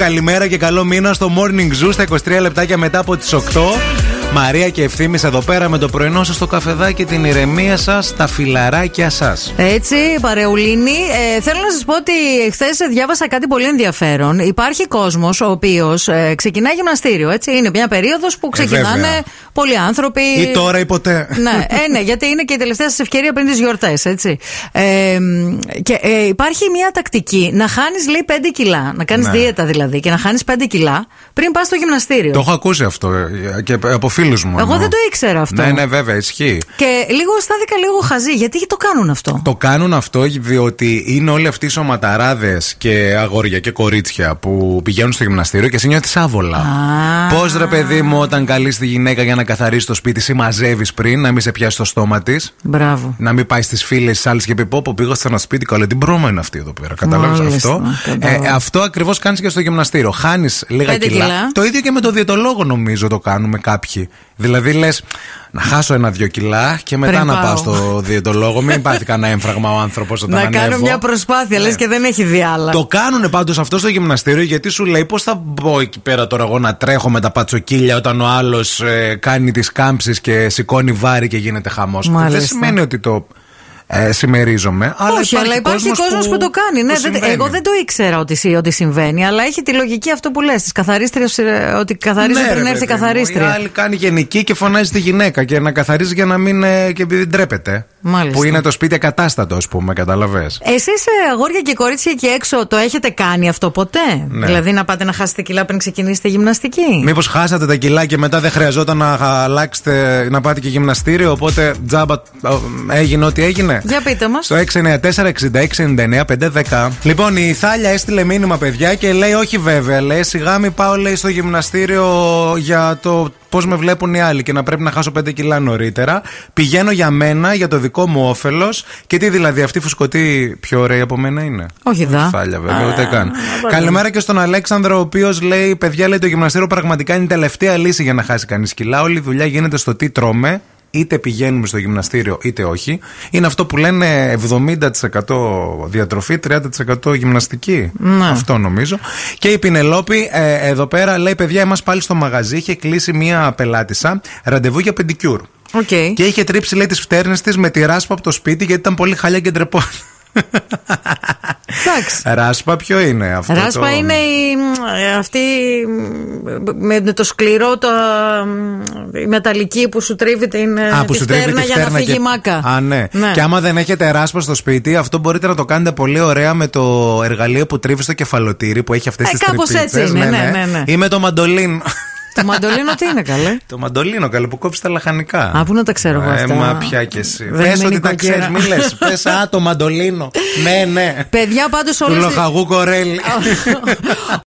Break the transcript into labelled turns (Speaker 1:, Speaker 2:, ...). Speaker 1: Καλημέρα και καλό μήνα στο Morning Zoo στα 23 λεπτάκια μετά από τις 8. Μαρία και ευθύμης εδώ πέρα με το πρωινό σας το καφεδάκι, την ηρεμία σας, τα φιλαράκια σας.
Speaker 2: Έτσι, παρεουλίνη. Ε, θέλω να σας πω ότι χθες διάβασα κάτι πολύ ενδιαφέρον. Υπάρχει κόσμος ο οποίος ε, ξεκινάει γυμναστήριο, έτσι. Είναι μια περίοδος που ξεκινάνε
Speaker 1: Ε, βέβαια.
Speaker 2: πολλοί άνθρωποι.
Speaker 1: Ή τώρα ή ποτέ.
Speaker 2: Ε, Ναι, ε, ναι, γιατί είναι και η τελευταία σας ευκαιρία πριν τις γιορτές, έτσι. Ε, μ, και ε, υπάρχει μια τακτική να χάνεις, λέει, 5 κιλά. Να κάνεις
Speaker 1: Ναι.
Speaker 2: δίαιτα δηλαδή και να χάνεις 5 κιλά πριν πας στο γυμναστήριο.
Speaker 1: Το έχω ακούσει αυτό ε, και από φίλους μου.
Speaker 2: Εγώ
Speaker 1: εννοώ.
Speaker 2: δεν το ήξερα αυτό.
Speaker 1: Ναι, ναι, βέβαια, ισχύει.
Speaker 2: Και λίγο στάθηκα λίγο χαζή. Γιατί το κάνουν αυτό.
Speaker 1: Το κάνουν αυτό διότι είναι όλοι αυτοί οι σωματαράδες και αγόρια και κορίτσια που πηγαίνουν στο γυμναστήριο και εσύ νιώθεις άβολα.
Speaker 2: Α.
Speaker 1: Πώς ρε παιδί μου, όταν καλείς τη γυναίκα για να καθαρίσει το σπίτι, σου μαζεύει πριν, να μην σε πιάσει το στόμα της.
Speaker 2: Μπράβο.
Speaker 1: Να μην πάει στις φίλες της άλλης και πει πω, πω πήγα σε ένα σπίτι. Καλά, την πρόμα είναι αυτή εδώ πέρα. Κατάλαβες
Speaker 2: Μάλιστα,
Speaker 1: αυτό.
Speaker 2: κατάλαβα.
Speaker 1: Ε, αυτό ακριβώς κάνεις και στο γυμναστήριο. Χάνεις λίγα
Speaker 2: Πέντε
Speaker 1: κιλά.
Speaker 2: κιλά.
Speaker 1: Το ίδιο και με το διαιτολόγο νομίζω το κάνουμε κάποιοι. Δηλαδή λες να χάσω ένα-δύο κιλά και μετά
Speaker 2: Πριν
Speaker 1: να πάω
Speaker 2: πάω.
Speaker 1: στο διαιτολόγο. Μην πάθει κανένα έμφραγμα ο άνθρωπος όταν
Speaker 2: Να
Speaker 1: ανέβω.
Speaker 2: κάνω μια προσπάθεια, λες και δεν έχει διάλα.
Speaker 1: Ναι. Το κάνουνε πάντως αυτό στο γυμναστήριο γιατί σου λέει πώς θα μπω εκεί πέρα τώρα εγώ να τρέχω με τα πατσοκύλια όταν ο άλλος κάνει τις κάμψεις και σηκώνει βάρη και γίνεται χαμός. Δεν
Speaker 2: Μάλιστα.
Speaker 1: σημαίνει ότι το ε, συμμερίζομαι. Αλλά
Speaker 2: Όχι, αλλά υπάρχει
Speaker 1: κόσμος
Speaker 2: κόσμος που, το κάνει. Ναι, δεν-
Speaker 1: συμβαίνει.
Speaker 2: εγώ δεν το ήξερα ότι, συ- ότι συμβαίνει, αλλά έχει τη λογική αυτό που λες. Της καθαρίστριας, ε, ότι καθαρίζει
Speaker 1: Ναι,
Speaker 2: πριν
Speaker 1: ρε,
Speaker 2: έρθει η
Speaker 1: παιδί μου, Η
Speaker 2: καθαρίστρια.
Speaker 1: άλλη κάνει γενική και φωνάζει τη γυναίκα και να καθαρίζει για να μην ε, και επειδή ντρέπεται.
Speaker 2: Μάλιστα.
Speaker 1: Που είναι το σπίτι ακατάστατο, ας πούμε, καταλαβέ.
Speaker 2: Εσείς, αγόρια και κορίτσια εκεί έξω, το έχετε κάνει αυτό ποτέ.
Speaker 1: Ναι.
Speaker 2: Δηλαδή να πάτε να χάσετε κιλά πριν ξεκινήσετε γυμναστική.
Speaker 1: Μήπως χάσατε τα κιλά και μετά δεν χρειαζόταν να αλλάξετε να πάτε και γυμναστήριο, οπότε τζάμπα ο, έγινε ό,τι έγινε.
Speaker 2: Για πείτε μας.
Speaker 1: Στο 694-6699-510. Λοιπόν, η Θάλια έστειλε μήνυμα, παιδιά, και λέει: Όχι, βέβαια. Λέει: Σιγά μην πάω, λέει, στο γυμναστήριο για το πώς με βλέπουν οι άλλοι και να πρέπει να χάσω 5 κιλά νωρίτερα. Πηγαίνω για μένα, για το δικό μου όφελος. Και τι δηλαδή, αυτή η φουσκωτή πιο ωραία από μένα είναι.
Speaker 2: Όχι δα.
Speaker 1: Φάλια, βέβαια,
Speaker 2: Α,
Speaker 1: ούτε καν.
Speaker 2: πολύ.
Speaker 1: Καλημέρα και στον Αλέξανδρο, ο οποίος λέει: Παιδιά, λέει το γυμναστήριο πραγματικά είναι η τελευταία λύση για να χάσει κανείς κιλά. Όλη η δουλειά γίνεται στο τι τρώμε. Είτε πηγαίνουμε στο γυμναστήριο είτε όχι. Είναι αυτό που λένε 70% διατροφή, 30% γυμναστική.
Speaker 2: Ναι.
Speaker 1: Αυτό νομίζω. Και η Πινελόπη ε, εδώ πέρα λέει: Παιδιά, είμαστε πάλι στο μαγαζί. Είχε κλείσει μία πελάτησα ραντεβού για πεντικιούρ.
Speaker 2: Οκ.
Speaker 1: Και είχε τρίψει, λέει, τις φτέρνες της με τη ράσπα από το σπίτι γιατί ήταν πολύ χαλιά και ντρεπόταν.
Speaker 2: Εντάξει.
Speaker 1: Ράσπα ποιο είναι αυτό.
Speaker 2: Ράσπα
Speaker 1: το...
Speaker 2: είναι η, ε, αυτή με το σκληρό, το, ε, η μεταλλική που σου τρίβει την ε,
Speaker 1: Α, που
Speaker 2: τη
Speaker 1: σου τρίβει τη
Speaker 2: φτέρνα για να
Speaker 1: φτέρνα
Speaker 2: φύγει η
Speaker 1: και...
Speaker 2: μάκα.
Speaker 1: Α, ναι. Και άμα δεν έχετε ράσπα στο σπίτι, αυτό μπορείτε να το κάνετε πολύ ωραία με το εργαλείο που τρίβει στο κεφαλοτήρι που έχει αυτές
Speaker 2: Ε,
Speaker 1: τις τι
Speaker 2: κάπως έτσι είναι, ναι, ναι, ναι.
Speaker 1: Ή με το μαντολίνο.
Speaker 2: Το μαντολίνο τι είναι καλέ.
Speaker 1: το μαντολίνο, καλό που κόψεις τα λαχανικά.
Speaker 2: Α, πού να τα ξέρω εγώ
Speaker 1: Ε,
Speaker 2: αυτά.
Speaker 1: Μα πια κι εσύ.
Speaker 2: Δεν
Speaker 1: Πες
Speaker 2: είμαι
Speaker 1: ότι τα
Speaker 2: νοικοκύρα.
Speaker 1: ξέρεις, μη λες. Πες, α, το μαντολίνο. ναι, ναι.
Speaker 2: Παιδιά πάντως
Speaker 1: Του
Speaker 2: όλες,
Speaker 1: λοχαγού κορέλι.